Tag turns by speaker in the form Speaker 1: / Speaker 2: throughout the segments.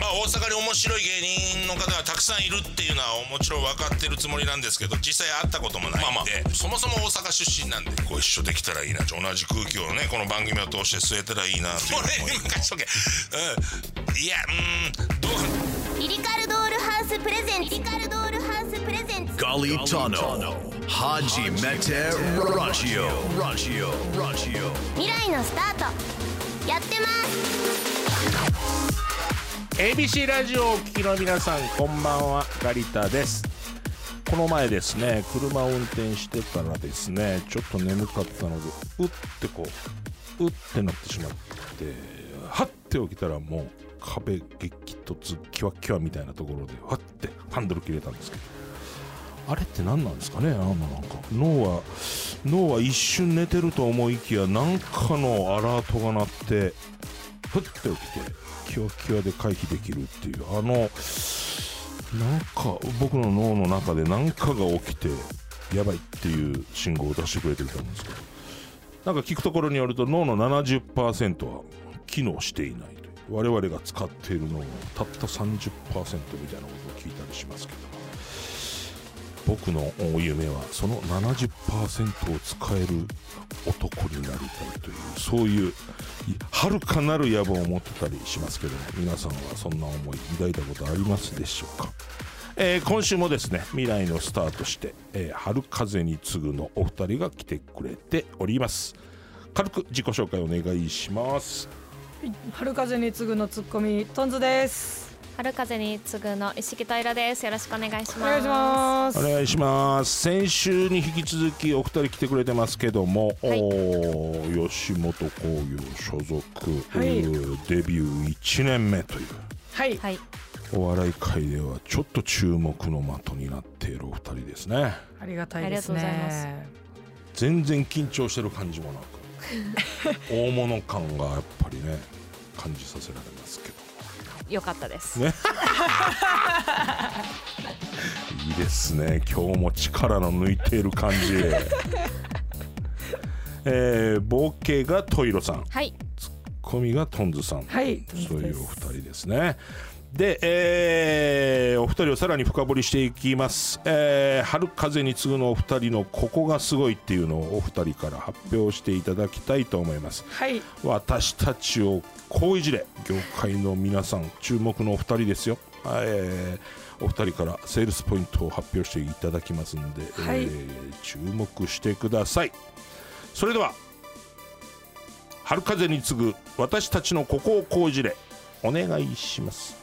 Speaker 1: あ大阪に面白い芸人の方がたくさんいるっていうのはもちろん分かってるつもりなんですけど実際会ったこともないんで、
Speaker 2: まあま
Speaker 1: そもそも大阪出身なんでご一緒できたらいいな同じ空気をねこの番組を通して吸えたらいいなっていう
Speaker 2: これ
Speaker 1: 思い
Speaker 2: 任しとけ
Speaker 1: うんいやうんどう
Speaker 3: リリカルドールハウスプレゼンツリリカルドールハウスプレゼンツ
Speaker 4: Galitano Haji Mete Raggio Raggio Raggio
Speaker 3: 未来のスタートやってます
Speaker 5: ABC ラジオをお聞きの皆さんこんばんはガリタですこの前ですね車を運転してたらですねちょっと眠かったのでうってこううってなってしまってはって起きたらもう壁激突キワキワみたいなところではってハンドル切れたんですけどあれって何なんですかねあのなんか脳は脳は一瞬寝てると思いきや何かのアラートが鳴ってふって起きてキワキワで回避できるっていうあのなんか僕の脳の中で何かが起きてやばいっていう信号を出してくれてると思うんですけどなんか聞くところによると脳の70%は機能していないという我々が使っている脳のたった30%みたいなことを聞いたりしますけど僕の夢はその70%を使える男になりたいというそういうはるかなる野望を持ってたりしますけども皆さんはそんな思い抱いたことありますでしょうか、えー今週もですね未来のスタートして「えー春風に次ぐ」のお二人が来てくれております軽く自己紹介お願いします
Speaker 6: 春風に次ぐのツッコミトンズです
Speaker 7: 春風に次ぐの石木といらです。よろしくお願いし
Speaker 6: お願
Speaker 7: ます。
Speaker 6: いします
Speaker 5: お願いします先週に引き続きお二人来てくれてますけども、
Speaker 7: はい
Speaker 5: おー吉本興業所属、
Speaker 6: はい
Speaker 5: うんデビュー1年目という
Speaker 6: はい
Speaker 7: はい、
Speaker 5: お笑い界ではちょっと注目の的になっているお二人ですね
Speaker 6: ありがたいですね
Speaker 7: ありがとうござい
Speaker 5: 全然緊張してる感じもなく大物感がやっぱりね感じさせられますけど
Speaker 7: よかったです。
Speaker 5: ね いいですね今日も力の抜いている 感じえー、ボケがトイロさん
Speaker 7: はい、
Speaker 5: コミがトンズさん
Speaker 6: はい
Speaker 5: そういうお二人ですね。で、えーお二人をさらに深掘りしていきます、えー春風に次ぐのお二人のここがすごいっていうのをお二人から発表していただきたいと思います
Speaker 6: はい
Speaker 5: 私たちをこういじれ業界の皆さん注目のお二人ですよ、えーお二人からセールスポイントを発表していただきますので、
Speaker 6: はい
Speaker 5: えー注目してくださいそれでは春風に次ぐ私たちのここをこういじれお願いします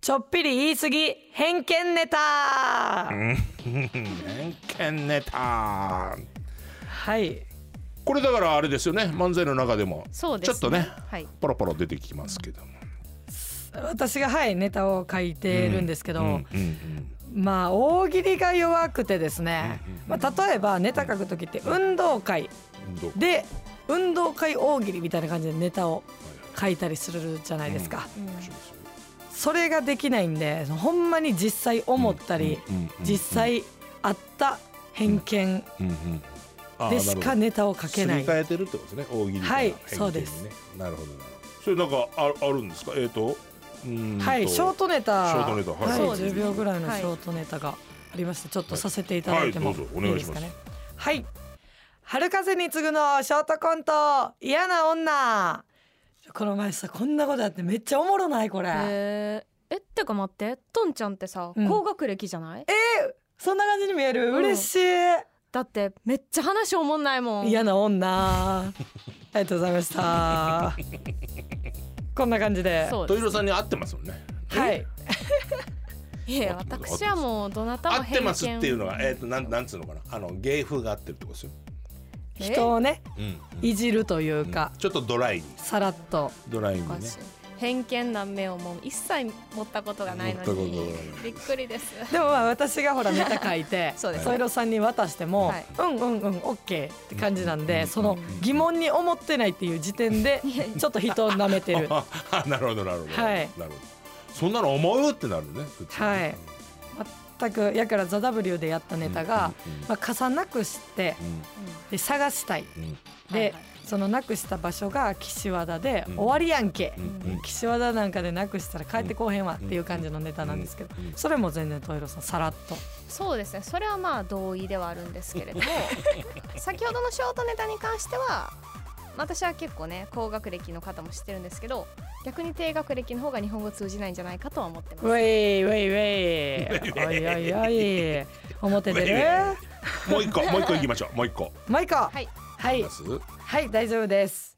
Speaker 6: ちょっぴり言い過ぎ偏見ネタ
Speaker 5: 偏見ネタ
Speaker 6: はい
Speaker 5: これだからあれですよね漫才の中でも
Speaker 7: そうで
Speaker 5: ち
Speaker 7: す、
Speaker 5: ょっとね、
Speaker 7: はい、
Speaker 5: ポロポロ出てきますけども
Speaker 6: 私がはいネタを書いてるんですけど、
Speaker 5: うんうん
Speaker 6: まあ大喜利が弱くてですね、まあ、例えばネタ書く時って運動会
Speaker 5: 運動
Speaker 6: で運動会大喜利みたいな感じでネタを書いたりするじゃないですか、
Speaker 5: します
Speaker 6: それができないんでほんまに実際思ったり、
Speaker 5: うんうんうん
Speaker 6: 実際あった偏見
Speaker 5: うんうんあー
Speaker 6: でしかネタを書けない、
Speaker 5: すり替えてるってことですね大喜利から
Speaker 6: はい
Speaker 5: 偏見にね
Speaker 6: そうです
Speaker 5: なるほどなるほどそれなんかああるんですかえっ、とうーんと
Speaker 6: はいショートネタ
Speaker 5: ショートネタはい
Speaker 6: はい
Speaker 5: そうです
Speaker 6: 10秒ぐらいのショートネタがありましてちょっとさせていただいても
Speaker 5: はい
Speaker 6: い
Speaker 5: どうぞお願い
Speaker 6: いで
Speaker 5: し
Speaker 6: す
Speaker 5: ます
Speaker 6: かねはい春風に次ぐのショートコント嫌な女この前さこんなことあってめっちゃおもろないこれ、
Speaker 7: えー、え、ってか待って、とんちゃんってさ、
Speaker 6: うん
Speaker 7: 高学歴じゃない。
Speaker 6: そんな感じに見える
Speaker 7: ん
Speaker 6: 嬉しい、
Speaker 7: だって、めっちゃ話おもんないもん。
Speaker 6: 嫌な 女ありがとうございま したこんな感じで
Speaker 7: そう
Speaker 5: ト
Speaker 7: で
Speaker 5: イロさんに合ってますもんね
Speaker 6: はい
Speaker 7: す。いや、私はもう、どなた
Speaker 5: 合っ
Speaker 7: も
Speaker 5: て
Speaker 7: 偏見。
Speaker 5: ますっていうのはえっ、となんなんつうのかなあの芸風が合ってるってことですよ、
Speaker 7: え
Speaker 6: 人をね
Speaker 5: うんうん
Speaker 6: いじるというか、
Speaker 5: ちょっとドライに
Speaker 6: さらっと
Speaker 5: ドライに
Speaker 7: お
Speaker 5: ね
Speaker 7: かしい偏見な目をもう一切持ったことがない
Speaker 5: 持
Speaker 7: の
Speaker 5: ったこと
Speaker 7: に
Speaker 5: がない
Speaker 7: びっくりです
Speaker 6: でもまあ私がほらネタ書い て
Speaker 7: そうです
Speaker 6: ソイロさんに渡しても、
Speaker 7: はい
Speaker 6: うんうんうんオッケーって感じなんで、その疑問に思ってないっていう時点でちょっと人を舐め てるは
Speaker 5: あ なるほどなるほど、
Speaker 6: はい
Speaker 5: なるほどそんなの思うってなるね普通に
Speaker 6: い全くやから「ザ・ w でやったネタが、まあ、傘なくしてで探したい、
Speaker 5: うん
Speaker 6: で、
Speaker 7: はい
Speaker 6: そのなくした場所が岸和田で、終わりやんけ、岸和田なんかでなくしたら帰ってこうへんわっていう感じのネタなんですけど、それも全然トイロさんさらっと
Speaker 7: そうですねそれはまあ同意ではあるんですけれ ども先ほどのショートネタに関しては私は結構ね高学歴の方も知ってるんですけど逆に低学歴の方が日本語通じないんじゃないかとは思って
Speaker 6: ウ
Speaker 7: ます
Speaker 6: ェイウェイウェイおいおいおい表出る
Speaker 5: もう一個もう一個行きましょうもう一個
Speaker 6: もう一個は
Speaker 7: はい
Speaker 6: いはい大丈夫です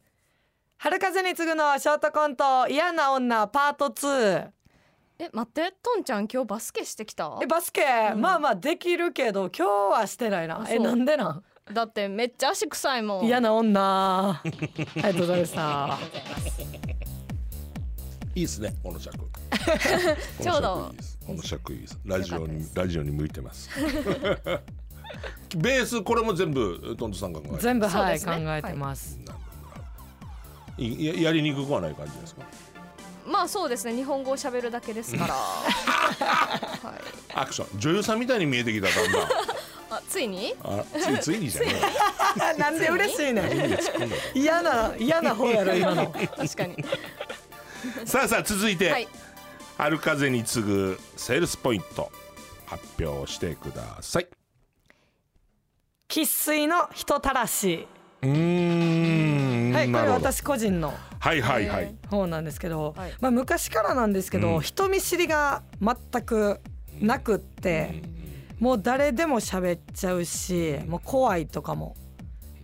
Speaker 6: 春風に次ぐのショートコント嫌な女パート2
Speaker 7: え待ってトンちゃん今日バスケしてきた
Speaker 6: えバスケ、
Speaker 7: うん
Speaker 6: まあまあできるけど今日はしてないな
Speaker 7: あ
Speaker 6: え
Speaker 7: そう
Speaker 6: なんでなん
Speaker 7: だってめっちゃ足臭いもん
Speaker 6: 嫌な女 ありがとうございました
Speaker 5: いいですねこの尺この尺
Speaker 7: ちょうど
Speaker 5: いいですこの尺いいですラジオ
Speaker 7: よかった
Speaker 5: に
Speaker 7: です
Speaker 5: ラジオに向いてます ベースこれも全部トントさんが考えて
Speaker 6: 全部はい、
Speaker 7: そ
Speaker 6: 考
Speaker 7: うですね
Speaker 6: えてます、
Speaker 5: いややりにくくはない感じですか
Speaker 7: まあそうですね日本語を喋るだけで すからはい
Speaker 5: アクション女優さんみたいに見えてきただんだん
Speaker 7: あついに
Speaker 5: あついつ いにじゃない
Speaker 6: なんで嬉しい
Speaker 5: つい
Speaker 6: ね
Speaker 5: に突っ込んだ
Speaker 6: 嫌な嫌な方やろ今の
Speaker 7: 確かに
Speaker 5: さあさあ続いて、
Speaker 7: はい
Speaker 5: 春風に次ぐセールスポイント発表してください
Speaker 6: 生粋の人たらし
Speaker 5: うーん
Speaker 6: はいこ
Speaker 5: な
Speaker 6: れ
Speaker 5: るほど
Speaker 6: 私個人の
Speaker 5: はいはいはい、
Speaker 6: 方なんですけど、
Speaker 7: はい
Speaker 6: まあ昔からなんですけど、
Speaker 5: うん
Speaker 6: 人見知りが全くなくって、もう誰でも喋っちゃうしもう怖いとかも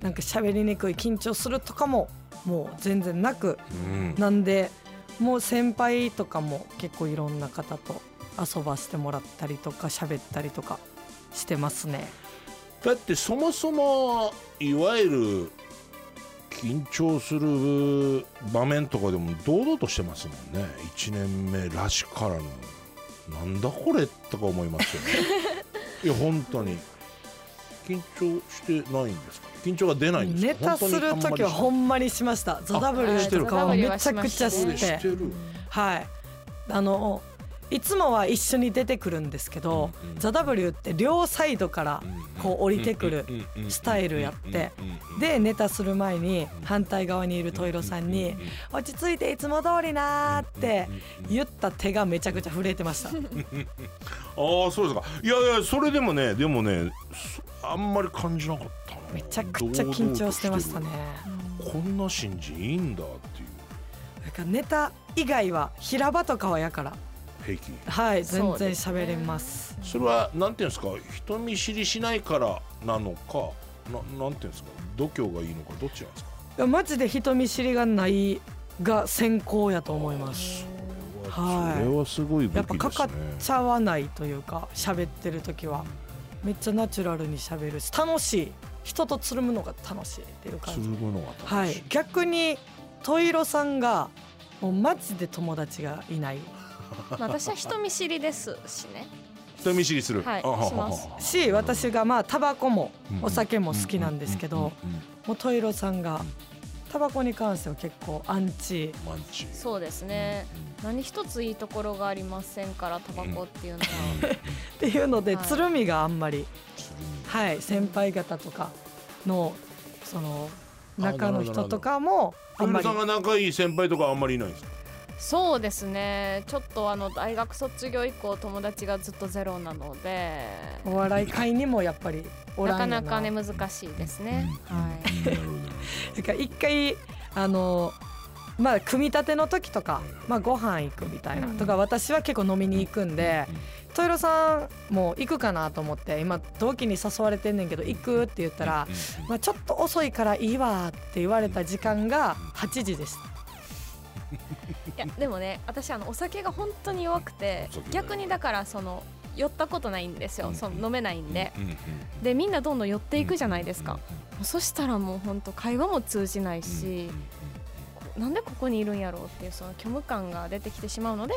Speaker 6: なんか喋りにくい緊張するとかももう全然なく
Speaker 5: うん
Speaker 6: なんでもう先輩とかも結構いろんな方と遊ばしてもらったりとか喋ったりとかしてますね。
Speaker 5: だってそもそもいわゆる緊張する場面とかでも堂々としてますもんね1年目らしからぬなんだこれとか思います よねいや本当に緊張してないんですか緊張が出ないんですか
Speaker 6: ネタする
Speaker 5: 本当
Speaker 6: 時
Speaker 5: にあ
Speaker 6: は
Speaker 5: んまりしない
Speaker 6: ほんまにしました「ザ・ダブ
Speaker 7: あ
Speaker 6: ル
Speaker 7: してる
Speaker 6: とかはめちゃくちゃ
Speaker 7: ザ W
Speaker 6: し
Speaker 7: は
Speaker 5: して
Speaker 6: て
Speaker 5: る
Speaker 6: はいあのいつもは一緒に出てくるんですけど
Speaker 5: うんう
Speaker 6: 「
Speaker 5: ん
Speaker 6: ザ・ダブルって両サイドからこう降りてくるスタイルやってでネタする前に反対側にいるトイロさんに「落ち着いていつも通りな」って言った手がめちゃくちゃ震えてました。
Speaker 5: ああそうですかいやいやそれでもねでもねそあんまり感じなかったな
Speaker 6: めちゃくちゃ緊張してましたね
Speaker 5: 堂々としてるこんな新人いいんだっていう
Speaker 6: だからネタ以外は平場とかはやから
Speaker 5: 平気
Speaker 6: はい全
Speaker 7: そう
Speaker 6: 然
Speaker 7: ですね
Speaker 6: 喋れます
Speaker 5: それはなんていうんですか人見知りしないからなのかななんていうんですか度胸がいいのかどっちなんですか
Speaker 6: いやマジで人見知りがないが先行やと思いますはい
Speaker 5: それはすごい武器で
Speaker 6: やっ
Speaker 5: す
Speaker 6: ぱ
Speaker 5: ね
Speaker 6: かかっちゃわないというか喋ってる時はめっちゃナチュラルに喋るし楽しい人とつるむのが楽しいっていう
Speaker 5: つ
Speaker 6: 感
Speaker 5: る
Speaker 6: じ
Speaker 5: むのが
Speaker 6: は
Speaker 5: 楽し
Speaker 6: い逆にトイロさんがもうマジで友達がいない
Speaker 7: まあ私は人見知りですしね
Speaker 5: 人見知りする
Speaker 7: はい
Speaker 5: あははは
Speaker 7: します
Speaker 6: し私がまあタバコも
Speaker 5: うん
Speaker 6: お酒も好きなんですけど
Speaker 5: うんうんうん
Speaker 6: もうトイロさんがタバコに関しては結構アンチ
Speaker 5: マンチ
Speaker 7: そうですね何一ついいところがありませんからタバコっていうのは
Speaker 6: っていうので
Speaker 7: はい
Speaker 6: つるみがあんまりはい先輩方とかのその
Speaker 5: あ
Speaker 6: 中の
Speaker 5: なるほど
Speaker 6: 人とかもあ
Speaker 5: ト
Speaker 6: ん
Speaker 5: ム
Speaker 6: まり
Speaker 5: さんが仲いい先輩とかあんまりいないんですか
Speaker 7: そうですねちょっとあの大学卒業以降友達がずっとゼロなので
Speaker 6: お笑い界にもやっぱりお
Speaker 7: な
Speaker 6: ら
Speaker 7: か
Speaker 6: んよ
Speaker 7: なかね難しいですねはい
Speaker 5: なるほどね
Speaker 6: てか一回あのまあ組み立ての時とか、まあ、ご飯行くみたいなとか私は結構飲みに行くんで「トイロさんもう行くかな?」と思って今同期に誘われてんねんけど行くって言ったら「まあ、ちょっと遅いからいいわ」って言われた時間が8時でした。
Speaker 7: いやでもね私あのお酒が本当に弱くて
Speaker 5: お酒が
Speaker 7: 逆にだからその酔ったことないんです
Speaker 5: う
Speaker 7: よ
Speaker 5: ん
Speaker 7: その飲めないんで
Speaker 5: うんうん
Speaker 7: でみんなどんどん寄っていくじゃないですかもうそしたらもう本当会話も通じないしこなんでここにいるんやろうっていうその虚無感が出てきてしま うので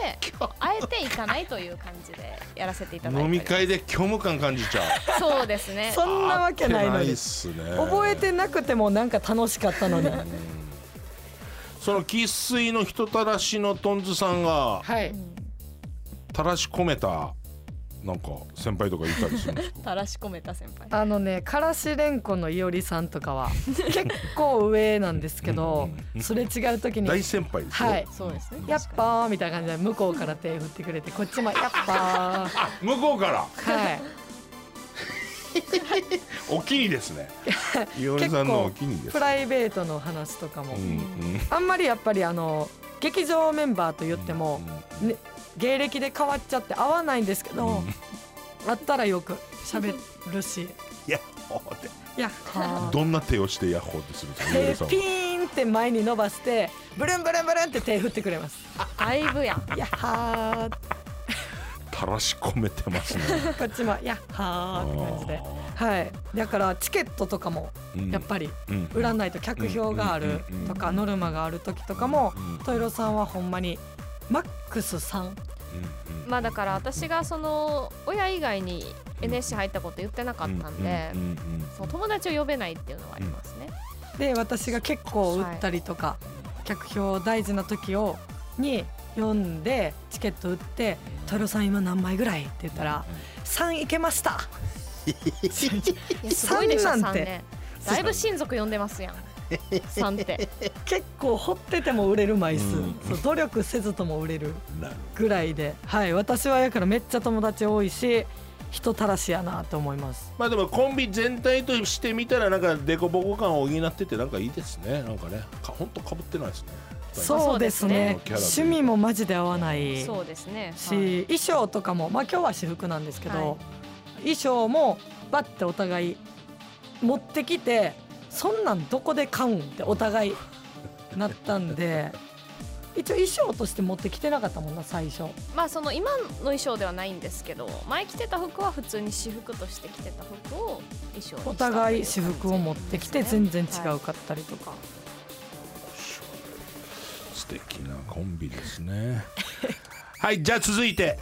Speaker 7: あえて行かないという感じでやらせていただいてお
Speaker 5: 飲
Speaker 7: り
Speaker 5: み
Speaker 7: ます
Speaker 5: 会で虚無感感じちゃう
Speaker 7: そうですね
Speaker 6: そんなわけないの
Speaker 5: 合って
Speaker 6: に
Speaker 5: っすね
Speaker 6: 覚えてなくてもなんか楽しかっ たのに
Speaker 5: その生粋の人たらしのとんずさんが
Speaker 6: はい
Speaker 5: たらし込めたなんか先輩とかいたりするんですか
Speaker 7: たらし込めた先輩
Speaker 6: あのねからしれんこのいおりさんとか は結構上なんですけどすれ違う時に
Speaker 5: 大先輩ですよ、
Speaker 6: はい
Speaker 7: そうですね
Speaker 6: 「やっぱー」みたいな感じで向こうから手振ってくれてこっちも「やっぱー
Speaker 5: あ向こうから」
Speaker 6: はい
Speaker 5: お気にですねいおりさんのお気にです
Speaker 6: プライベートの話とかも、
Speaker 5: うんうん
Speaker 6: あんまりやっぱりあの劇場メンバーと言っても、ね、芸歴で変わっちゃって合わないんですけど、会ったらよく喋るし
Speaker 5: ヤッホーって
Speaker 6: いやは
Speaker 5: どんな手をしてヤッホーってするんですかいおり
Speaker 6: で
Speaker 5: さんは
Speaker 6: ピーンって前に伸ばしてブルンブルンブルンって手振ってくれます
Speaker 7: だいぶやん
Speaker 6: いやはー
Speaker 5: たらし込めてますね
Speaker 6: こっちもいやはーって感じではいだからチケットとかも
Speaker 5: うん
Speaker 6: やっぱり
Speaker 5: うん
Speaker 6: 売らないと客票があるとかノルマがある時とかもトイロさんはほんまにマックス3
Speaker 7: まあだから私がその親以外に NSC 入ったこと言ってなかったんで
Speaker 5: うんうんうん
Speaker 7: そう友達を呼べないっていうのはありますね
Speaker 6: で私が結構売ったりとか、客票大事な時をに読んでチケット売って「トロさん今何枚ぐらい?」って言ったら「3いけました
Speaker 7: いやすごいでしょ
Speaker 6: 三な
Speaker 7: 3
Speaker 6: んて
Speaker 7: ねだいぶ親族呼んでますやん 3って」
Speaker 6: 結構掘ってても売れる枚数、
Speaker 5: うん
Speaker 6: そう努力せずとも売れる
Speaker 5: なる
Speaker 6: ぐらいで、はい、私はやからめっちゃ友達多いし人たらしやなと思います
Speaker 5: まあでもコンビ全体としてみたらなんかデコボコ感を補っててなんかいいですねなんかねかほんとかぶってないですね
Speaker 6: そうですね
Speaker 5: そうです
Speaker 6: 趣
Speaker 5: ね
Speaker 6: 味もマジで合わない
Speaker 7: そうですね
Speaker 6: し、
Speaker 7: はい
Speaker 6: 衣装とかも、まあ、今日は私服なんですけど、
Speaker 7: はい
Speaker 6: 衣装もバッてお互い持ってきてそんなんどこで買うんってお互いなったんで一応衣装として持ってきてなかったもんな最初
Speaker 7: まあその今の衣装ではないんですけど前着てた服は普通に私服として着てた服を衣装にしたという
Speaker 6: お互い私服を持ってきて
Speaker 7: 感
Speaker 6: 全
Speaker 7: じで
Speaker 6: 然
Speaker 7: すね
Speaker 6: 違うかったりとか、
Speaker 5: 素敵なコンビですね はいじゃあ続いて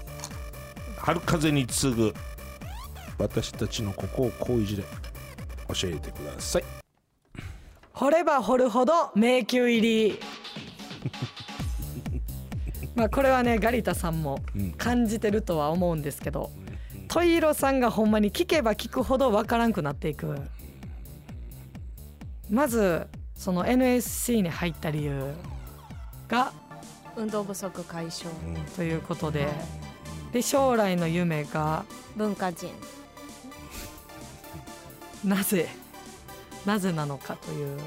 Speaker 5: 春風に次ぐ私たちのここをこういじれ教えてください
Speaker 6: 掘れば掘るほど迷宮入 りまあこれはねガリタさんも感じてるとは思うんですけど、トイロさんがほんまに聞けば聞くほどわからんくなっていくまずその NSC に入った理由が
Speaker 7: 運動不足解消
Speaker 6: ということでで将来の夢が
Speaker 7: 文化人
Speaker 6: なぜなぜなのかという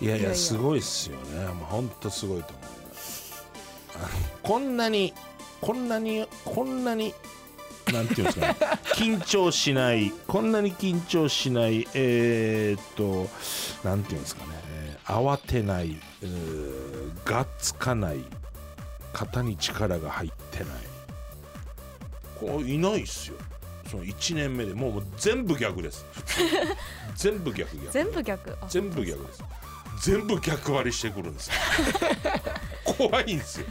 Speaker 5: いやい
Speaker 7: いやい
Speaker 5: や
Speaker 7: や
Speaker 5: すごいっすよねもうほんとすごいと思うあのこんなにこんなにこんなになんていうんですか ね緊張しないこんなに緊張しないえー、っとなんていうんですかねえー慌てないうーがっつかない肩に力が入ってないこういないっすよその1年目でもうもう全部逆です普 通に全部逆逆
Speaker 7: 全部逆あ
Speaker 5: 全部逆です全部逆割りしてくるんですよ怖いんですよ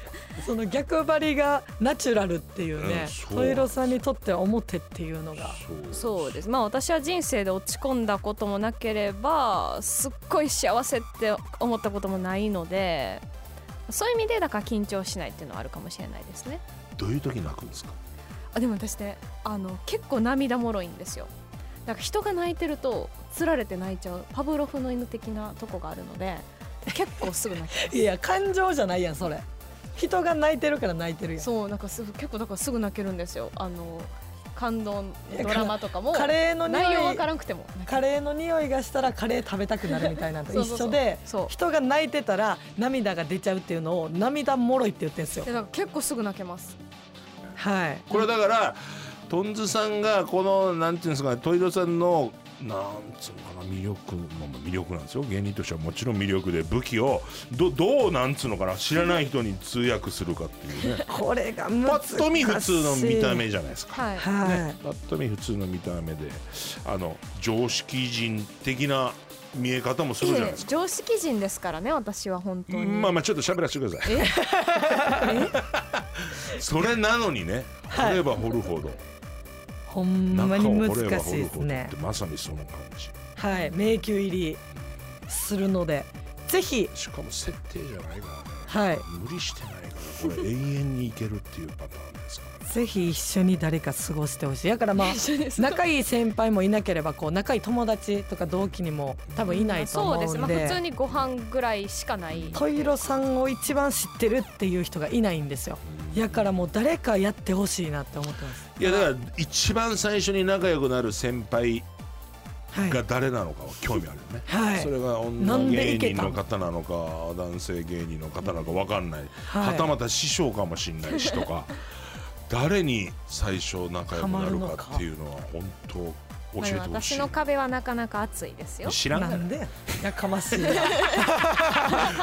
Speaker 6: その逆張りがナチュラルっていう
Speaker 5: う
Speaker 6: ね
Speaker 5: ん、そう
Speaker 6: トイロさんにとっては表っていうのが
Speaker 5: そう
Speaker 7: そうですまあ私は人生で落ち込んだこともなければすっごい幸せって思ったこともないのでそういう意味でだから緊張しないっていうのはあるかもしれないですね
Speaker 5: どういう時泣くんですか
Speaker 7: あでも私ねあの結構涙もろいんですよだから人が泣いてるとつられて泣いちゃうパブロフの犬的なとこがあるので結構すぐ泣 き
Speaker 6: いや感情じゃないやんそれ人が泣いてるから泣いてるやん
Speaker 7: そうなんかすぐ結構だからすぐ泣けるんですよあの感動のドラマとかも
Speaker 6: カレーの匂い
Speaker 7: 内容わからなくても泣ける
Speaker 6: カレーの匂いがしたらカレー食べたくなるみたい なのと
Speaker 7: そう
Speaker 6: 一
Speaker 7: そうそう
Speaker 6: 緒で
Speaker 7: そう
Speaker 6: 人が泣いてたら涙が出ちゃうっていうのを涙もろいって言ってんですよ
Speaker 7: でだから結構すぐ泣けます
Speaker 6: はい
Speaker 5: これだからとんずさんがこのなんていうんですかねトイロさんのなんつうのかな魅力まあまあ魅力なんですよ芸人としてはもちろん魅力で武器をどどうなんつうのかな知らない人に通訳するかっていう ね
Speaker 6: これが難しい
Speaker 5: パッと見普通の見た目じゃないですか
Speaker 7: はい
Speaker 6: は
Speaker 5: パッと見普通の見た目であの常識人的な見え方もするじゃないですか、
Speaker 7: 常識人ですからね私は本当に、
Speaker 5: まあまあちょっと喋らせてください
Speaker 7: え
Speaker 5: それなのにね掘れば掘るほど、
Speaker 6: いほんま
Speaker 5: 中
Speaker 6: に
Speaker 5: を
Speaker 6: 難
Speaker 5: 掘れば
Speaker 6: し
Speaker 5: 掘
Speaker 6: い
Speaker 5: る
Speaker 6: です
Speaker 5: ほどっ
Speaker 6: ね
Speaker 5: てまさにその感じ
Speaker 6: はい迷宮入りするのでぜひ
Speaker 5: しかも設定じゃないからね
Speaker 6: はい
Speaker 5: 無理してないからこれ永遠にいけるっていうパターンですからね
Speaker 6: ぜひ一緒に誰か過ごしてほしいだからまあ
Speaker 7: 一緒です
Speaker 6: 仲いい先輩もいなければこう仲いい友達とか同期にも多分いないと思うん
Speaker 7: そう
Speaker 6: で
Speaker 7: です、まあ、普通にご飯ぐらいしかない
Speaker 6: トイロさんを一番知ってるっていう人がいないんですよやからもう誰かやってほしいなって思ってます
Speaker 5: いやだから一番最初に仲良くなる先輩
Speaker 6: はい
Speaker 5: が誰なのかは興味あるよね、
Speaker 6: はい
Speaker 5: それが
Speaker 6: な
Speaker 5: 女
Speaker 6: んで
Speaker 5: 芸
Speaker 6: いけ
Speaker 5: 人
Speaker 6: た
Speaker 5: の方なのか男性芸人の方なのか分かんない、
Speaker 6: は
Speaker 5: はいたまた師匠かもしんないしと か誰に最初仲良くなるかっていうのは本当教えて
Speaker 7: まあ
Speaker 5: ほし
Speaker 7: 私
Speaker 5: い
Speaker 7: の壁はなかなか熱いですよ
Speaker 5: 知らん
Speaker 6: な
Speaker 5: か
Speaker 6: んでやかましいな
Speaker 5: ら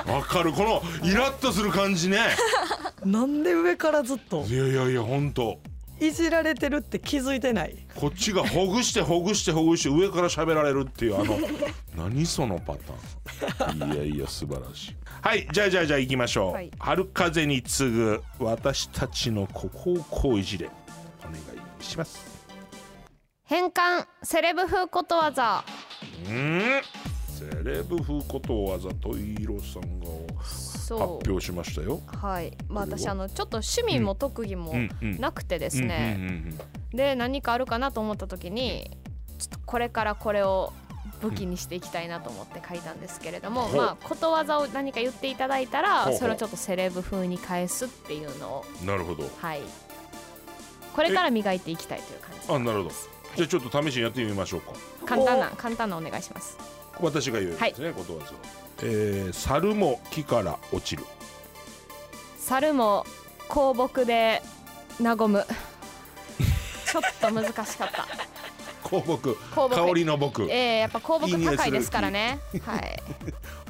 Speaker 5: 分かるこのイラッとする感 じね
Speaker 6: なんで上からずっと
Speaker 5: いやいやいや本当
Speaker 6: いじられてるって気づいてない
Speaker 5: こっちがほぐしてほぐしてほぐして上から喋られるっていう あの何そのパターンいやいや素晴らしいはいじゃあじゃあじゃあ行きましょう、
Speaker 7: はい
Speaker 5: 春風に次ぐ私たちのここをこういじれお願いします
Speaker 7: 変換セレブ風ことわざ
Speaker 5: うんセレブ風ことわざとイーロさんが
Speaker 7: そ
Speaker 5: 発表しましたよ
Speaker 7: うはい、まあ、
Speaker 5: これは
Speaker 7: 私あのちょっと趣味も特技もなくてですね、
Speaker 5: うんうんうん
Speaker 7: で何かあるかなと思った時にちょっとこれからこれを武器にしていきたいなと思って書いたんですけれども、
Speaker 5: ほう
Speaker 7: まあことわざを何か言っていただいたら
Speaker 5: ほうほう
Speaker 7: それをちょっとセレブ風に返すっていうのを
Speaker 5: うんなるほど
Speaker 7: はいこれから磨いていきたいという感じ
Speaker 5: あなるほどじゃあちょっと試しにやってみましょうか
Speaker 7: 簡単な簡単なお願いします
Speaker 5: 私が言うやつですね、ことわざえー、猿も木から落ちる
Speaker 7: 猿も香木で和む ちょっと難しか った
Speaker 5: 香木
Speaker 7: 香木
Speaker 5: 香りの僕
Speaker 7: ええやっぱ香
Speaker 5: いい
Speaker 7: 木
Speaker 5: 匂いする
Speaker 7: 高いですからねはい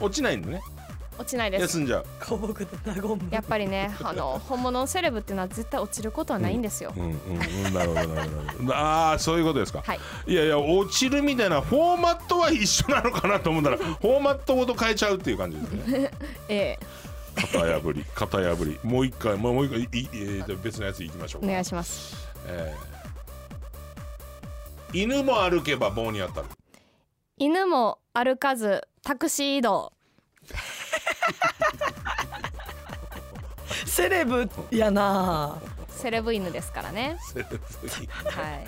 Speaker 5: 落ちないのね
Speaker 7: 落ちないです
Speaker 5: 休んじゃう、
Speaker 6: 古木で和む
Speaker 7: やっぱりねあの本物のセレブっていうのは絶対落ちることはないんですよ、
Speaker 5: うんうんうん、なるほどなるほどなるほど ああそういうことですか、
Speaker 7: はい、
Speaker 5: いやいや落ちるみたいなフォーマットは一緒なのかなと思った らフォーマットごと変えちゃうっていう感じですね
Speaker 7: ええ
Speaker 5: 型破り型破りもう一回もうもう一回いい、えーと別のやついきましょうか
Speaker 7: お願いします
Speaker 5: えー犬も歩けば棒に当たる
Speaker 7: 犬も歩かずタクシー移動
Speaker 6: セレブやなあ
Speaker 7: セレブ犬ですからね
Speaker 5: セレブに
Speaker 7: は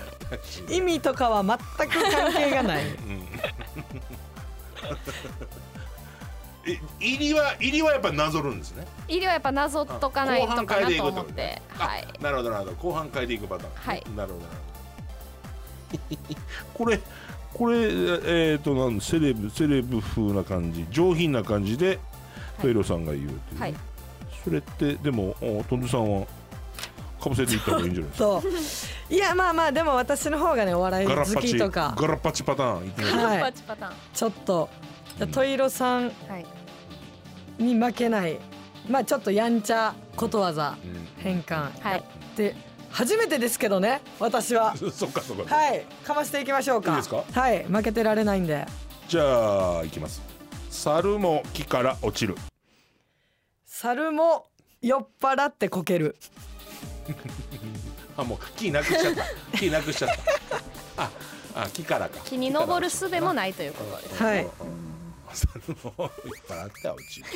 Speaker 7: い
Speaker 6: 意味とかは全く関係がない
Speaker 5: え入りは入りはやっぱなぞるんですね
Speaker 7: 医療はやっぱなぞっとかないとかなと
Speaker 5: 後半
Speaker 7: 思っ
Speaker 5: 変えていくってこと
Speaker 7: て
Speaker 5: ね
Speaker 7: はい
Speaker 5: なるほどなるほど後半変えていくパターン、
Speaker 7: はい
Speaker 5: なるほど なるほどこれこれえっ、となんセレブセレブ風な感じ上品な感じでトイロさんが言うという、
Speaker 7: はい
Speaker 5: それってでもおトンズさんはかぶせていった方がいいんじゃない ですか
Speaker 6: そういやまあまあでも私の方がねお笑い
Speaker 5: ガラッ
Speaker 6: 好
Speaker 5: パ
Speaker 6: き
Speaker 5: チ
Speaker 6: とか
Speaker 5: ガラッパチパターンいき なり
Speaker 6: はい
Speaker 7: パチパターン
Speaker 6: ちょっとじゃあトイロさん
Speaker 7: はい
Speaker 6: に負けないまあちょっとやんちゃことわざ変換
Speaker 7: は
Speaker 6: や
Speaker 7: い
Speaker 6: って初めてですけどね私は
Speaker 5: うんそっかそっか、
Speaker 6: はいかましていきましょうか
Speaker 5: いいですか
Speaker 6: はい負けてられないんで
Speaker 5: じゃあいきます猿も木から落ちる
Speaker 6: 猿も酔っ払ってこける
Speaker 5: あもう木なくしちゃった木なくしちゃったああ木から か
Speaker 7: 木に登る術もないということです
Speaker 6: はい
Speaker 5: 猿も引っ張って落ちる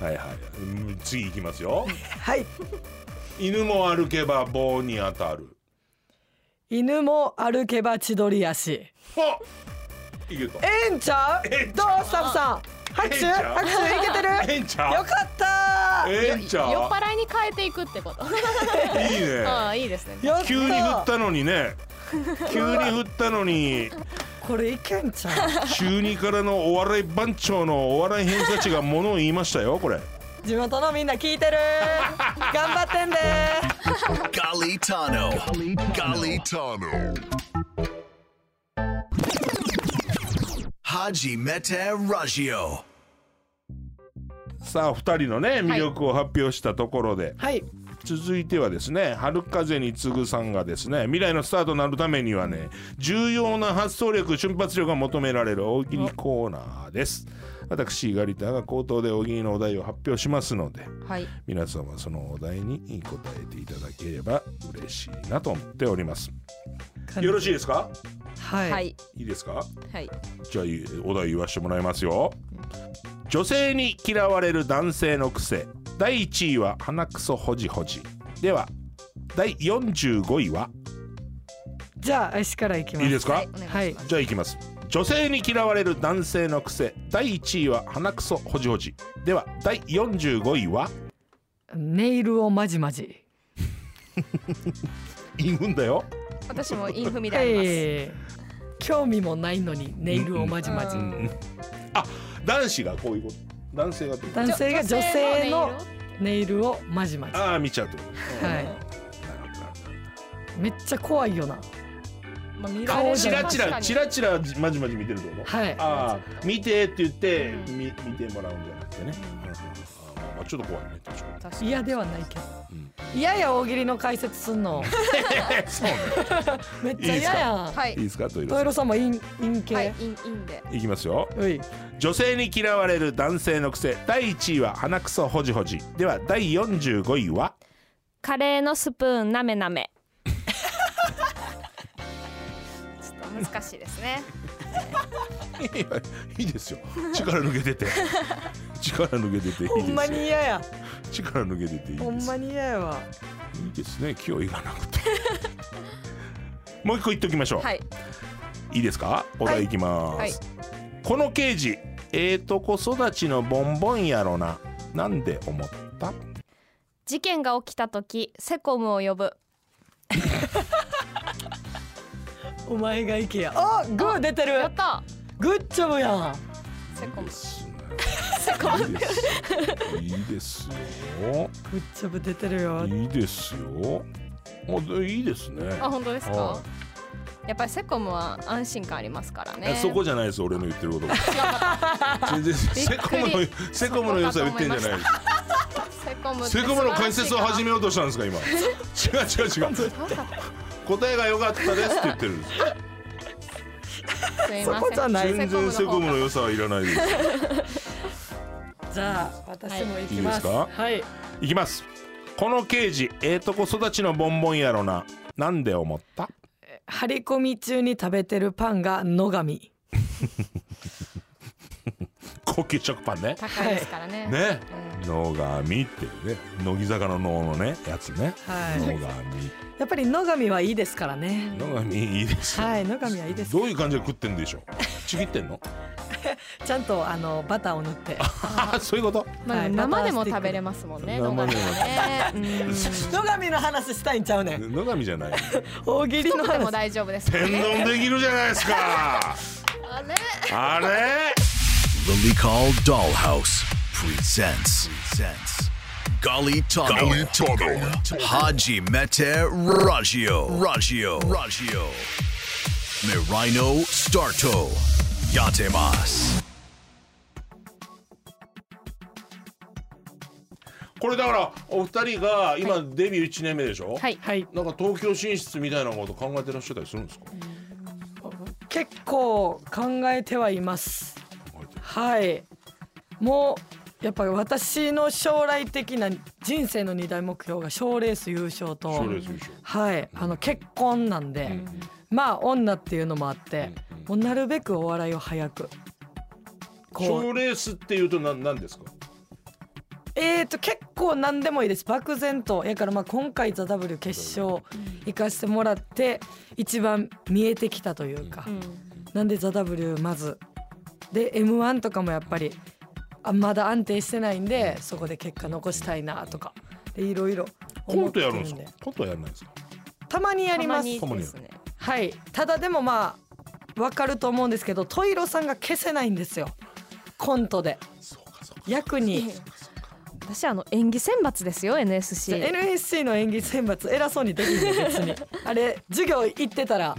Speaker 5: はいはいうん次行きますよ
Speaker 6: はい
Speaker 5: 犬も歩けば棒に当たる
Speaker 6: 犬も歩けば千鳥足
Speaker 5: おいけた
Speaker 6: ええんちゃう
Speaker 5: ええんち
Speaker 6: どうスタッフさん拍手
Speaker 5: ええんちゃう
Speaker 6: 拍手いけてる
Speaker 5: ええんち
Speaker 6: よ
Speaker 5: ゃ
Speaker 6: か
Speaker 5: う
Speaker 6: った
Speaker 5: ええんち
Speaker 7: 酔っ
Speaker 5: ゃ
Speaker 7: 払いに変えていくって こと
Speaker 5: ういいね
Speaker 7: ああいいですね
Speaker 6: やった
Speaker 5: 急に振ったのにね急に振ったの に
Speaker 6: これいけんちゃう
Speaker 5: 中二からのお笑い番長のお笑い偏差値がものを言いましたよこれ
Speaker 6: 地元のみんな聞いて る頑張ってんで
Speaker 4: Galitano. Galitano. Haji Mete Raggio.
Speaker 5: さあ2人のね魅力を発表したところで、
Speaker 6: はい
Speaker 5: 続いてはですね春風に次ぐさんがですね未来のスターとなるためにはね重要な発想力瞬発力が求められる大喜利コーナーです私ガリタが口頭で大喜利のお題を発表しますので
Speaker 7: はい
Speaker 5: 皆さんはそのお題に答えていただければ嬉しいなと思っておりますよろしいですか
Speaker 6: はい、
Speaker 7: はい
Speaker 5: いいですか
Speaker 7: はい
Speaker 5: じゃあいお題言わしてもらいますよ女性に嫌われる男性の癖第1位は鼻くそほじほじでは第45位は
Speaker 6: じゃあ足からいきます
Speaker 5: いいですか、
Speaker 7: はいお願いします、
Speaker 6: はい
Speaker 5: じゃあいきます女性に嫌われる男性の癖第1位は鼻くそほじほじでは第45位は
Speaker 6: ネイルをまじまじ
Speaker 5: 言うんだよ
Speaker 7: 私もインフみであります、
Speaker 6: ええ興味もないのにネイルをまじまじ、
Speaker 7: うん
Speaker 5: 男子がこういうこと男性がってこと
Speaker 6: 男性が女性のネイルをまじまじは
Speaker 5: ああ見ちゃうってこと
Speaker 6: いめっちゃ怖いよな
Speaker 7: まあ見られ
Speaker 5: 顔
Speaker 7: る
Speaker 5: チラチ
Speaker 7: 確か
Speaker 5: ラ
Speaker 7: に
Speaker 5: チラチラまじまじ見てるってこと
Speaker 6: はい
Speaker 5: ああ見てって言って、
Speaker 7: う
Speaker 5: み見てもらうんじゃなくてね、うんあーまあちょっと怖いね確か に
Speaker 7: 確かに
Speaker 6: 嫌ではないけど嫌や大喜利の解説すんの
Speaker 5: そうね
Speaker 6: めっちゃ嫌や
Speaker 7: はい
Speaker 5: いいですかトイレ
Speaker 6: ト
Speaker 5: さ
Speaker 6: イロさんも陰陰
Speaker 7: は
Speaker 6: 系
Speaker 7: いインインで
Speaker 5: んいきますよ
Speaker 6: うい
Speaker 5: 女性に嫌われる男性の癖第1位は鼻くそほじほじでは第45位は
Speaker 7: カレーのスプーンなめな めちょっと難しいですね
Speaker 5: いやいいですよ力抜け てて力抜けてていい
Speaker 6: ほんま
Speaker 5: です
Speaker 6: に
Speaker 5: よ
Speaker 6: 嫌や
Speaker 5: 力抜けてていい
Speaker 6: ほん
Speaker 5: です
Speaker 6: まに嫌やわ
Speaker 5: いいですね気をいがなく てもう一個言っときましょう、
Speaker 7: はい
Speaker 5: いいですかお題いきます、
Speaker 7: はい
Speaker 5: この刑事ええとこ育ちのボンボンやろななんで思った
Speaker 7: 事件が起きた時セコムを呼ぶ
Speaker 6: お前が行けやあグー出てる
Speaker 7: やった
Speaker 6: グッジョブやん
Speaker 7: セコム
Speaker 5: すね
Speaker 7: セコム
Speaker 5: いいですいいですよ
Speaker 6: グッジョブ出てるよ
Speaker 5: いいですよもういいですね
Speaker 7: あ本当ですか
Speaker 5: は
Speaker 7: やっぱりセコムは安心感ありますから
Speaker 5: いや
Speaker 7: ね
Speaker 5: そこじゃないです俺の言ってることが全然
Speaker 7: びっ
Speaker 5: セコ
Speaker 7: く
Speaker 5: ムの
Speaker 7: り
Speaker 5: セコムの良さを言ってんじゃないです
Speaker 7: セコムって
Speaker 5: セコムの解説を始め
Speaker 7: 素
Speaker 5: ようとしたんですか今違う違 う違う
Speaker 7: 晴らしいな
Speaker 5: 答えが良かったですって言ってるんです
Speaker 7: すいません
Speaker 6: そこじゃない
Speaker 5: 全然セコムの
Speaker 7: 方
Speaker 5: 良さはいらないです
Speaker 6: じゃあ私も行き
Speaker 5: いいで
Speaker 6: ますす
Speaker 5: か
Speaker 6: はい
Speaker 5: いきますこの刑事ええとこ育ちのボンボンやろななんで思った
Speaker 6: 張り込み中に食べてるパンが野上
Speaker 5: 高級食パンね
Speaker 7: 高いですからね
Speaker 5: ね野上っていうね乃木坂の能のねやつね
Speaker 6: はい
Speaker 5: 野上
Speaker 6: やっぱり野上はいいですからね
Speaker 5: 野上いいですよ
Speaker 6: はい野上はいいです
Speaker 5: どういう感じで食ってんでしょうちぎってん の
Speaker 6: ちゃんとあのバターを塗って
Speaker 5: あーそういうこと
Speaker 7: ま
Speaker 6: は
Speaker 7: あ
Speaker 6: い
Speaker 7: 生でも食べれますもんね
Speaker 5: 生でも
Speaker 7: 野上はねうん
Speaker 6: 野上の話したいんちゃうねん
Speaker 5: 野上じゃない
Speaker 6: 大喜利の
Speaker 7: でも
Speaker 6: 話
Speaker 7: 大丈夫ですから
Speaker 5: 天
Speaker 7: ね
Speaker 5: 丼できるじゃないですか
Speaker 7: あれ
Speaker 5: あれ
Speaker 4: Lily Call Dollhouse presents. presents Golly Togo. Golly Togo. Haji Mete Raggio. Raggio. Raggio. Merino Starto. Yatemas.
Speaker 5: これだからお二人が今デビュー1年目でしょ
Speaker 7: はい
Speaker 6: はい
Speaker 5: なんか東京進出みたいなこと考えてらっしゃったりするんですか
Speaker 6: 結構考えてはいますはいもうやっぱり私の将来的な人生の二大目標が賞ーレース優勝と
Speaker 5: 賞レース優勝
Speaker 6: はいあの結婚なんで、まあ女っていうのもあって、もうなるべくお笑いを早くこ
Speaker 5: 賞レースっていうと何何ですか
Speaker 6: うえー、と結構何でもいいです漠然とやからまあ今回「ザ w 決勝行かしてもらって一番見えてきたというか、なんで「ザ・ w まずで m 1とかもやっぱりあまだ安定してないんでそこで結果残したいなとかでいろいろ
Speaker 5: コ
Speaker 6: 思
Speaker 5: ン
Speaker 6: って
Speaker 5: トや
Speaker 6: る
Speaker 5: るんです
Speaker 6: ん
Speaker 5: か
Speaker 6: で
Speaker 5: コントはやらないんですか
Speaker 6: たまにやり
Speaker 7: たま
Speaker 6: ます
Speaker 7: に
Speaker 5: まに
Speaker 7: ですね
Speaker 6: はいただでもまあわかると思うんですけどトイロさんが消せないんですよコントで
Speaker 5: そうかそうか
Speaker 6: 役に
Speaker 7: 私あの演技選抜ですよ NSC
Speaker 6: NSC の演技選抜偉そうにできんね別 にあれ授業行ってたら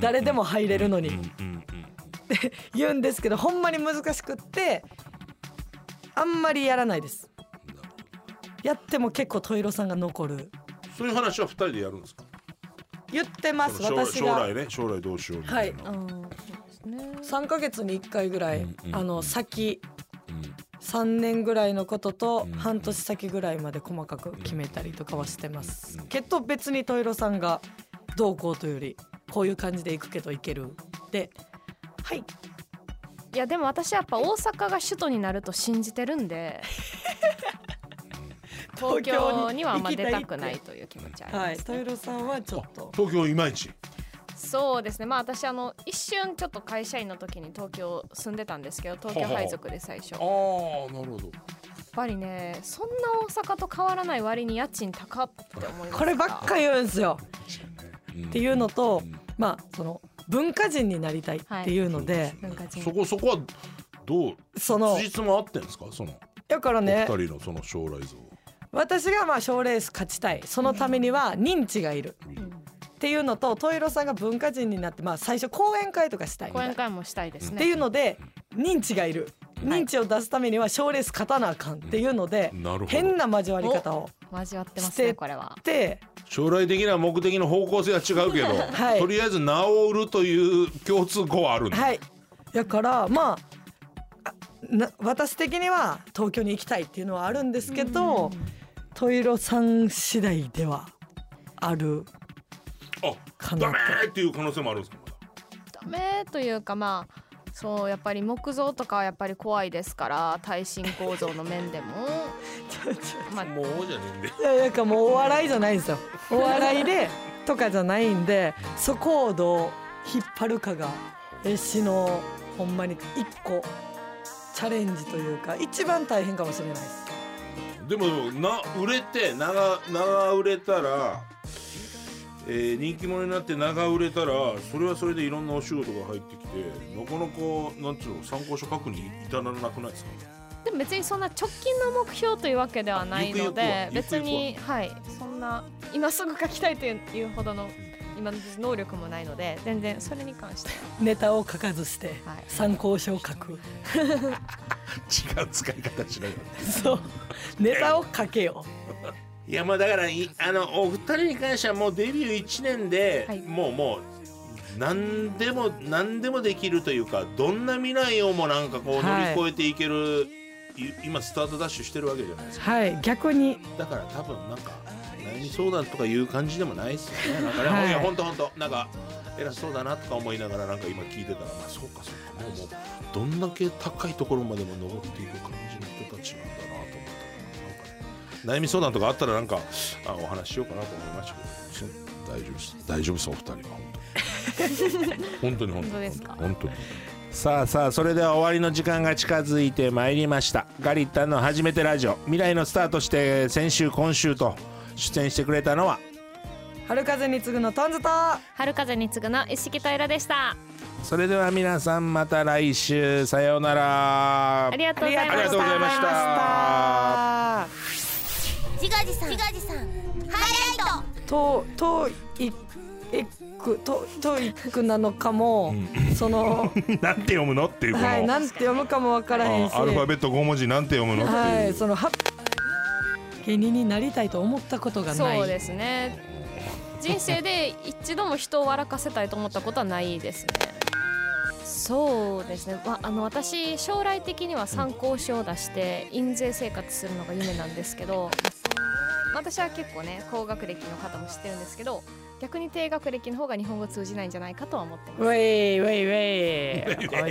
Speaker 6: 誰でも入れるのにって言うんですけどほんまに難しくってあんまりやらないですやっても結構トイロさんが残る
Speaker 5: そういう話は二人でやるんですか
Speaker 6: 言ってます
Speaker 5: その将
Speaker 6: 私
Speaker 5: 将
Speaker 6: が
Speaker 5: 来ね将来どうしようみたいな、
Speaker 7: うんそうですね
Speaker 6: 3ヶ月に1回ぐらい、あの先、3年ぐらいのことと半年先ぐらいまで細かく決めたりとかはしてます、けど別にトイロさんがどうこうというよりこういう感じで行くけど行けるではい
Speaker 7: いやでも私やっぱ大阪が首都になると信じてるんで東京にはあんま
Speaker 6: 行き
Speaker 7: 出
Speaker 6: い
Speaker 7: た
Speaker 6: って
Speaker 7: くないという気持ちあり
Speaker 6: は
Speaker 7: ま
Speaker 6: い、
Speaker 7: す、
Speaker 6: トイロさんはちょっと。
Speaker 5: 東京いまいち
Speaker 7: そうですねまあ私あの一瞬ちょっと会社員の時に東京住んでたんですけど東京配属で最初
Speaker 2: あ
Speaker 7: や
Speaker 2: あ
Speaker 7: っ
Speaker 2: なるほど
Speaker 7: ぱりねそんな大阪と変わらない割に家賃高って思います
Speaker 6: こればっか言うんですよ。っていうのと、まあその文化人になりたいっていうので、
Speaker 7: 文化人
Speaker 5: そこそこはどう
Speaker 6: その
Speaker 5: つじつま合ってんですかその
Speaker 6: だから
Speaker 5: お
Speaker 6: ね、
Speaker 5: 二人のその将来像
Speaker 6: 私がまあ賞レース勝ちたい、そのためには認知がいる。っていうのと、トイロさんが文化人になって、まあ最初講演会とかしたいみ
Speaker 7: 講
Speaker 6: たいな。
Speaker 7: 演
Speaker 6: っ
Speaker 7: 会もしたいです
Speaker 6: てい
Speaker 7: ね
Speaker 6: うので、認知がいる。認知を出すためには賞レース勝たなあかんっていうので、
Speaker 5: なるほど
Speaker 6: 変な交わり方を
Speaker 7: 交わってま
Speaker 6: し
Speaker 7: す
Speaker 6: て
Speaker 7: ねこれは
Speaker 6: で、
Speaker 5: 将来的な目的の方向性は違うけど、
Speaker 6: はい
Speaker 5: とりあえず名を売るという共通項はあるんだ、
Speaker 6: はい。だからまああな私的には東京に行きたいっていうのはあるんですけど、トイロさん次第ではあ る
Speaker 5: あ
Speaker 6: か
Speaker 5: ダ
Speaker 6: な
Speaker 5: メーっていう可能性もあるんですかまだ
Speaker 7: ダメというかまあそうやっぱり木造とかはやっぱり怖いですから耐震構造の面でもまあ
Speaker 2: もうじゃねえんで
Speaker 6: いやなんかもうお笑いじゃないんですよ。お笑いでとかじゃないんで、そこをどう引っ張るかが絵師のほんまに一個チャレンジというか一番大変かもしれないです。
Speaker 5: でもな売れて長長売れたら、えー人気者になって長売れたらそれはそれでいろんなお仕事が入ってきてなかなかなんていうの参考書書くに至らなくないですか
Speaker 7: でも別にそんな直近の目標というわけではないの
Speaker 5: あゆく
Speaker 7: で
Speaker 5: ゆくは
Speaker 7: 別にはいそんな今すぐ書きたいといういうほどの今の能力もないので全然それに関して
Speaker 6: ネタを書かずして
Speaker 7: はい
Speaker 6: 参考書を書く。
Speaker 5: 違う使い方しない
Speaker 6: そうネタを書けよ。
Speaker 5: いやまあだからいあのお二人に関してはもうデビュー1年で、
Speaker 7: はい
Speaker 5: もうもう何でも何でもできるというかどんな未来をもなんかこう乗り越えていける、い今スタートダッシュしてるわけじゃないですか
Speaker 6: はい逆に
Speaker 5: だから多分なんか悩み相談とかいう感じでもないですよねなんかね、
Speaker 6: はい
Speaker 5: い、やほんとほんとなんか偉そうだなとか思いながらなんか今聞いてたらまあそうかそうかもうもうどんだけ高いところまでも登っていく感じの人たちなんだなと思ってなんか、ね、悩み相談とかあったらなんかあお話ししようかなと思いましたけど大丈夫です大丈夫ですお二人は本当に本当に本当に
Speaker 7: 本当ですか
Speaker 5: 本当にさあさあそれでは終わりの時間が近づいてまいりましたガリッタンの初めてラジオ未来のスターとして先週今週と出演してくれたのは
Speaker 6: 春風に次ぐのトンズと
Speaker 7: 春風に次ぐの一色平でした
Speaker 5: それでは皆さんまた来週さようなら
Speaker 7: ありがとうございま
Speaker 5: ありが
Speaker 7: し
Speaker 5: とうござい
Speaker 7: た
Speaker 5: ました
Speaker 6: あ
Speaker 3: ジガジさんジガジさんハイライト
Speaker 6: とといエックとトイックなのかも、その
Speaker 5: なんて読むのっていうこの、
Speaker 6: はいなんて読むかもわからへんし、
Speaker 5: あアルファベット5文字なんて読むのっていう、
Speaker 6: はいそのは芸人になりたいと思ったことがない。
Speaker 7: そうですね人生で一度も人を笑かせたいと思ったことはないですねそうですね、まあ、あの私将来的には参考書を出して印税生活するのが夢なんですけど私は結構ね高学歴の方も知ってるんですけど逆に低学歴の方が日本語通じないんじゃないかとは思ってます
Speaker 6: ウェイウェイウェイお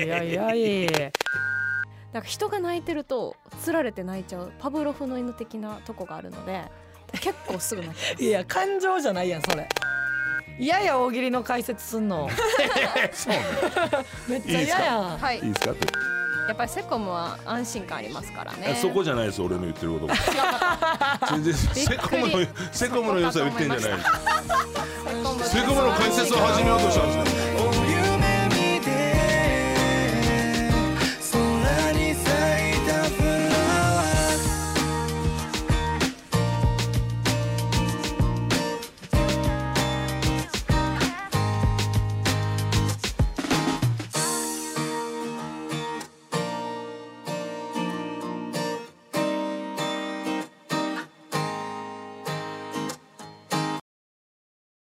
Speaker 6: いおいおい
Speaker 7: だから人が泣いてるとつられて泣いちゃうパブロフの犬的なとこがあるので結構すぐ泣き
Speaker 6: いや感情じゃないやんそれいやや大喜利の解説す んの めっちゃ嫌やん
Speaker 7: はい
Speaker 5: いいですかって
Speaker 7: やっぱりセコムは安心感ありますからね
Speaker 5: そこじゃないです俺の言ってることも全然セコムの
Speaker 7: びっくり
Speaker 5: セコムの良さを言ってんじゃない
Speaker 7: セコム
Speaker 5: セコムの解説を始めようとしたんですね